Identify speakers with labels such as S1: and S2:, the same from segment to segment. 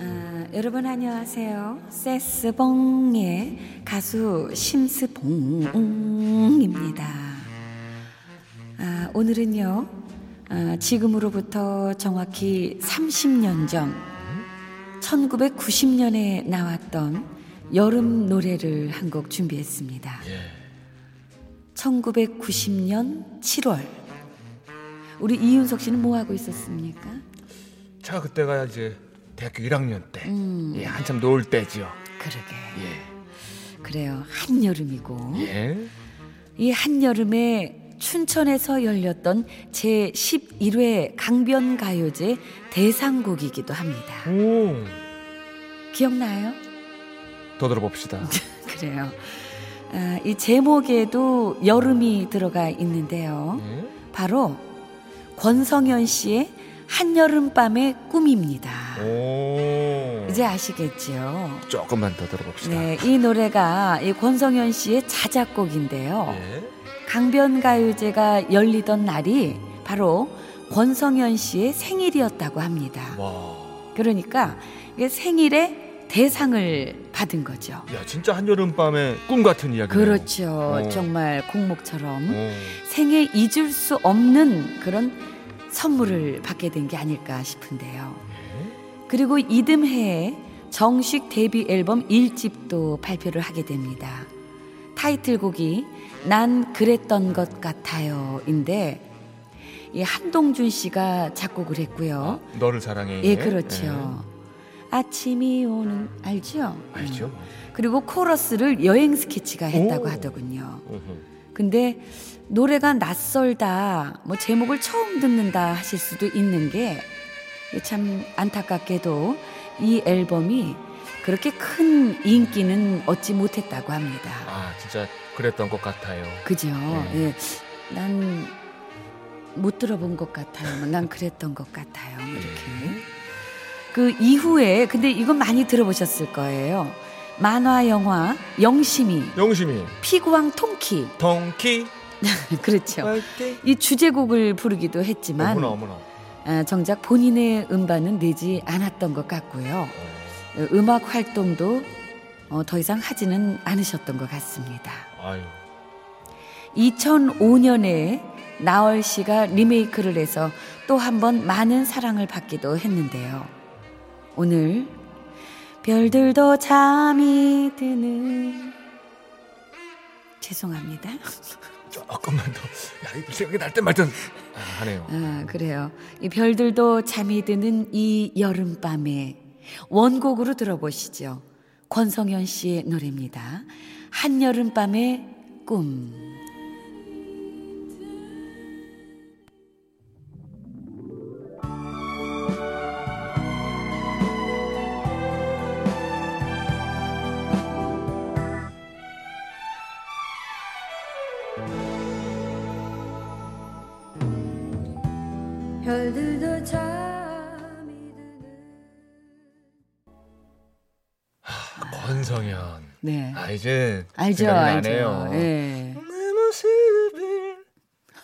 S1: 아, 여러분 안녕하세요. 세스봉의 가수 심스봉입니다. 아, 오늘은요. 아, 지금으로부터 정확히 30년 전 1990년에 나왔던 여름 노래를 한 곡 준비했습니다. 1990년 7월 우리 이윤석 씨는 뭐 하고 있었습니까?
S2: 제가 그때가 이제 대학교 1학년 때
S1: 음.
S2: 예, 한참 놀 때지요.
S1: 그러게.
S2: 예.
S1: 그래요. 한여름이고.
S2: 예.
S1: 이 한여름에 춘천에서 열렸던 제11회 강변가요제 대상곡이기도 합니다.
S2: 오.
S1: 기억나요?
S2: 더 들어봅시다.
S1: 그래요. 아, 이 제목에도 여름이 들어가 있는데요.
S2: 예.
S1: 바로 권성현 씨의 한여름밤의 꿈입니다.
S2: 오.
S1: 이제 아시겠지요?
S2: 조금만 더 들어봅시다.
S1: 네, 이 노래가 이 권성현 씨의 자작곡인데요.
S2: 예.
S1: 강변가요제가 열리던 날이 바로 권성현 씨의 생일이었다고 합니다.
S2: 와.
S1: 그러니까 이게 생일에 대상을 받은 거죠.
S2: 야 진짜 한여름 밤의 꿈 같은 이야기네요.
S1: 그렇죠.
S2: 어.
S1: 정말 공목처럼
S2: 오.
S1: 생에 잊을 수 없는 그런 선물을 받게 된 게 아닐까 싶은데요.
S2: 예.
S1: 그리고 이듬해에 정식 데뷔 앨범 1집도 발표를 하게 됩니다. 타이틀곡이 난 그랬던 것 같아요인데 이 한동준 씨가 작곡을 했고요.
S2: 너를 사랑해.
S1: 어? 예, 그렇죠. 아침이 오는 알죠?
S2: 예. 네. 알죠.
S1: 음. 그리고 코러스를 여행 스케치가 했다고
S2: 오.
S1: 하더군요.
S2: 어허.
S1: 근데 노래가 낯설다, 뭐 제목을 처음 듣는다 하실 수도 있는 게 참 안타깝게도 이 앨범이 그렇게 큰 인기는 얻지 못했다고 합니다.
S2: 아 진짜 그랬던 것 같아요.
S1: 그죠?
S2: 네.
S1: 예. 난 못 들어본 것 같아요. 뭐난 그랬던 것 같아요. 뭐 이렇게. 그 이후에, 근데 이건 많이 들어보셨을 거예요. 만화, 영화, 영심이,
S2: 영심이
S1: 피구왕 통키.
S2: 덩키
S1: 그렇죠.
S2: 파이팅.
S1: 이 주제곡을 부르기도 했지만
S2: 어머나 어머나.
S1: 아, 정작 본인의 음반은 내지 않았던 것 같고요. 어, 음악 활동도 어, 더 이상 하지는 않으셨던 것 같습니다.
S2: 아유.
S1: 2005년에 나얼 씨가 리메이크를 해서 또 한 번 많은 사랑을 받기도 했는데요. 오늘 별들도 잠이 드는 죄송합니다.
S2: 조금만 더. 야, 이 생각이 날 땐 말든 아, 하네요.
S1: 아, 그래요. 이 별들도 잠이 드는 이 여름밤에 원곡으로 들어보시죠. 권성현 씨의 노래입니다. 한여름밤의 꿈. 별들도 잠이
S2: 권성현.
S1: 네.
S2: 아 이제
S1: 알죠, 예.
S2: 생각이
S1: 알죠.
S2: 예. 나네요.
S1: 예.
S2: 내 모습을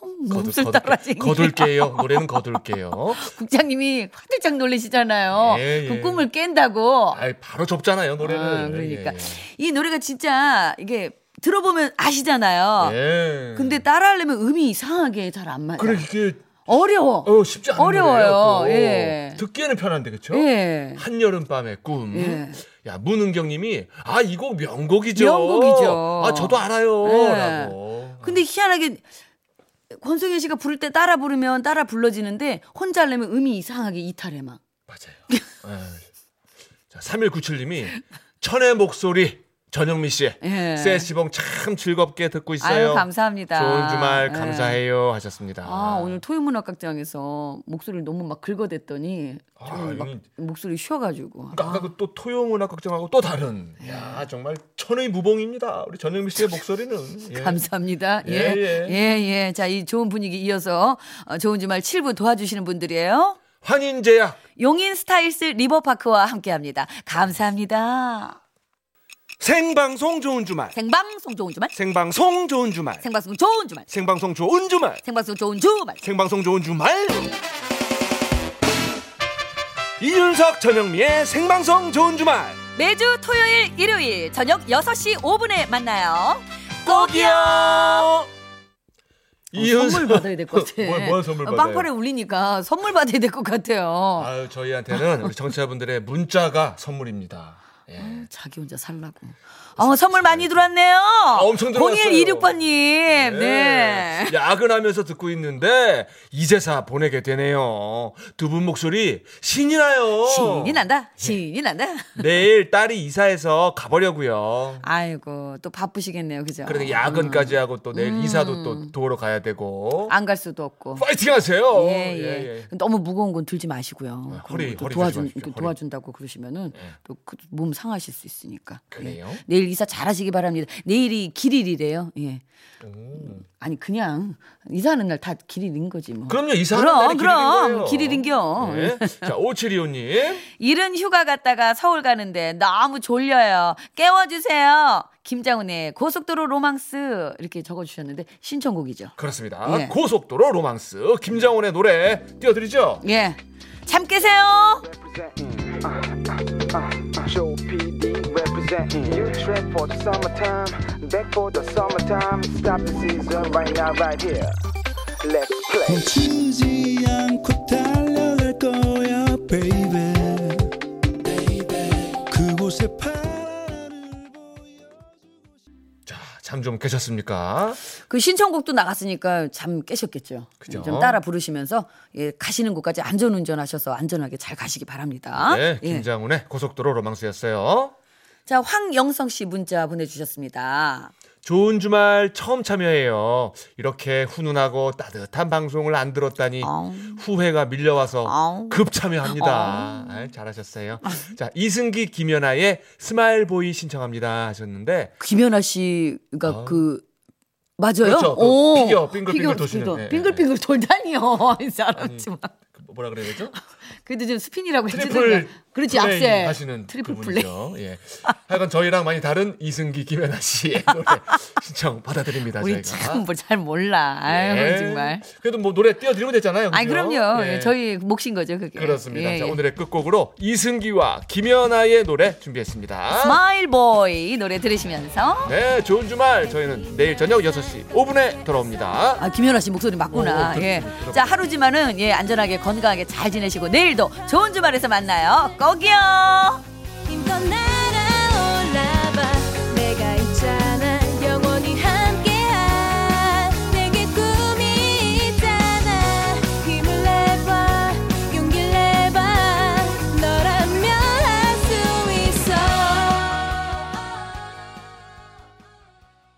S1: 어머, 몹쓸 따라지.
S2: 거둘게요. 노래는 거둘게요.
S1: 국장님이 화들짝 놀리시잖아요.
S2: 예, 예.
S1: 그 꿈을 깬다고.
S2: 아, 바로 접잖아요 노래는.
S1: 아, 그러니까
S2: 예,
S1: 이 노래가 진짜 이게 들어보면 아시잖아요.
S2: 예. 예.
S1: 근데 따라하려면 음이 이상하게 잘 안 맞아요.
S2: 그래 이게
S1: 어려워.
S2: 어, 쉽지 않은 노래예요,
S1: 어려워요.
S2: 또.
S1: 예.
S2: 듣기에는 편한데 그렇죠?
S1: 예.
S2: 한여름밤의 꿈.
S1: 예.
S2: 야, 문은경 님이 아, 이 곡 명곡이죠.
S1: 명곡이죠.
S2: 아, 저도 알아요.
S1: 예.
S2: 라고.
S1: 근데 희한하게 권성현 씨가 부를 때 따라 부르면 따라 불러지는데 혼자 하려면 음이 이상하게 이탈해 막.
S2: 맞아요. 예. 자, 3197 님이 천의 목소리 전영미 씨의
S1: 예.
S2: 새 시봉 참 즐겁게 듣고 있어요.
S1: 아유 감사합니다.
S2: 좋은 주말
S1: 예.
S2: 감사해요 하셨습니다.
S1: 아 오늘 토요문학극장에서 목소리를 너무 막 긁어댔더니
S2: 아,
S1: 좀 막
S2: 이건-
S1: 목소리 쉬어가지고.
S2: 그러니까 아까 그 또 토요문학극장하고 또 다른.
S1: 예.
S2: 야 정말 천의 무봉입니다. 우리 전영미 씨의 목소리는 예.
S1: 감사합니다. 예.
S2: 예,
S1: 예,
S2: 예.
S1: 예. 자, 이 좋은 분위기 이어서 어, 좋은 주말 7부 도와주시는 분들이에요.
S2: 환인제약
S1: 용인 스타일스 리버파크와 함께 합니다. 감사합니다.
S3: 생방송 좋은 주말
S1: 생방송 좋은 주말.
S3: 생방송 좋은 주말
S1: 생방송 좋은 주말.
S3: 생방송 좋은 주말
S1: 생방송 좋은 주말.
S3: 생방송 좋은 주말 이윤석 전영미의 생방송 좋은 주말
S1: 매주 토요일, 일요일 저녁 6시 5분에 만나요. 꼭이요.
S2: 이윤석-
S1: 어, 선물 받아야 될 것 같아.
S2: 뭐, 뭐 선물
S1: 어,
S2: 받아요?
S1: 빵파레 울리니까 선물 받아야 될 것 같아요.
S2: 아유 저희한테는 우리 청취자분들의 문자가 선물입니다. 예.
S1: 자기 혼자 살라고. 어, 선물 많이 들어왔네요.
S2: 아, 엄청 들어왔어요.
S1: 0126번님. 네.
S2: 예. 야근하면서 듣고 있는데 이제사 보내게 되네요. 두 분 목소리 신이 나요.
S1: 신이
S2: 네.
S1: 난다. 신이 난다.
S2: 내일 딸이 이사해서 가보려고요.
S1: 아이고, 또 바쁘시겠네요. 그죠?
S2: 그러니까 야근까지 하고 또 내일 이사도
S1: 음.
S2: 또 도로 가야 되고.
S1: 안 갈 수도 없고.
S2: 파이팅 하세요.
S1: 아. 예, 예. 너무 무거운 건 들지 마시고요. 그리고
S2: 아, 허리,
S1: 또
S2: 허리
S1: 도와준,
S2: 조심하십시오. 허리. 예.
S1: 도와준다고 그러시면은 또 몸 상하실 수 있으니까. 예.
S2: 그래요?
S1: 내일 이사 잘하시기 바랍니다. 내일이 길일이래요. 예. 아니 그냥 이사하는 날 다 길일인 거지 뭐.
S2: 그럼요. 이사하는
S1: 그럼
S2: 날이 길인
S1: 그럼
S2: 거예요.
S1: 길일인겨. 어.
S2: 예. 자, 5725님.
S1: 일은 휴가 갔다가 서울 가는데 너무 졸려요. 깨워주세요. 김장훈의 고속도로 로망스 이렇게 적어주셨는데 신청곡이죠.
S2: 그렇습니다.
S1: 예.
S2: 고속도로 로망스 김장훈의 노래 띄워드리죠.
S1: 예. 잠 깨세요.
S4: Show PD representing. You trend for the summertime, back for the summertime. Stop the season right now, right here. Let's play.
S5: 멈추지 않고 달려갈 거야, baby. 그곳에 바라를
S2: 자, 잠 좀 깨셨습니까?
S1: 그 신청곡도 나갔으니까 잠 깨셨겠죠.
S2: 그죠.
S1: 좀 따라 부르시면서 예, 가시는 곳까지 안전운전하셔서 안전하게 잘 가시기 바랍니다.
S2: 네,
S1: 예.
S2: 김장훈의 고속도로 로망스였어요.
S1: 자 황영성 씨 문자 보내주셨습니다.
S2: 좋은 주말 처음 참여해요. 이렇게 훈훈하고 따뜻한 방송을 안 들었다니
S1: 아우.
S2: 후회가 밀려와서
S1: 아우.
S2: 급 참여합니다. 아이, 잘하셨어요. 자, 이승기 김연아의 스마일보이 신청합니다 하셨는데
S1: 그 김연아 씨가 그 맞아요?
S2: 그렇죠. 그
S1: 오.
S2: 피겨, 빙글빙글
S1: 피겨,
S2: 도시는.
S1: 빙글,
S2: 예, 예,
S1: 빙글빙글 돌다니요. 이 사람 지만
S2: 그 뭐라 그래야 되죠?
S1: 그래도 좀 스핀이라고 했지.
S2: 트리플
S1: 그렇지
S2: 플레이
S1: 앞세
S2: 하시는
S1: 트리플 플레이.
S2: 그분이죠. 예. 하여간 저희랑 많이 다른 이승기 김연아 씨의 노래 신청 네, 받아드립니다.
S1: 우리
S2: 저희가.
S1: 참뭐잘 몰라. 아유
S2: 예.
S1: 정말.
S2: 그래도 뭐 노래 띄워드리면 되잖아요.
S1: 아니
S2: 그죠?
S1: 그럼요.
S2: 예.
S1: 저희 몫인 거죠 그게.
S2: 그렇습니다.
S1: 예,
S2: 자,
S1: 예.
S2: 오늘의 끝곡으로 이승기와 김연아의 노래 준비했습니다.
S1: 스마일 보이 노래 들으시면서
S2: 네, 좋은 주말. 저희는 내일 저녁 6시 5분에 돌아옵니다.
S1: 아 김연아 씨 목소리 맞구나.
S2: 오, 들-
S1: 예.
S2: 들어봐.
S1: 자 하루지만은 예 안전하게 건강하게 잘 지내시고 내일도 좋은 주말에서 만나요. 꼭이요.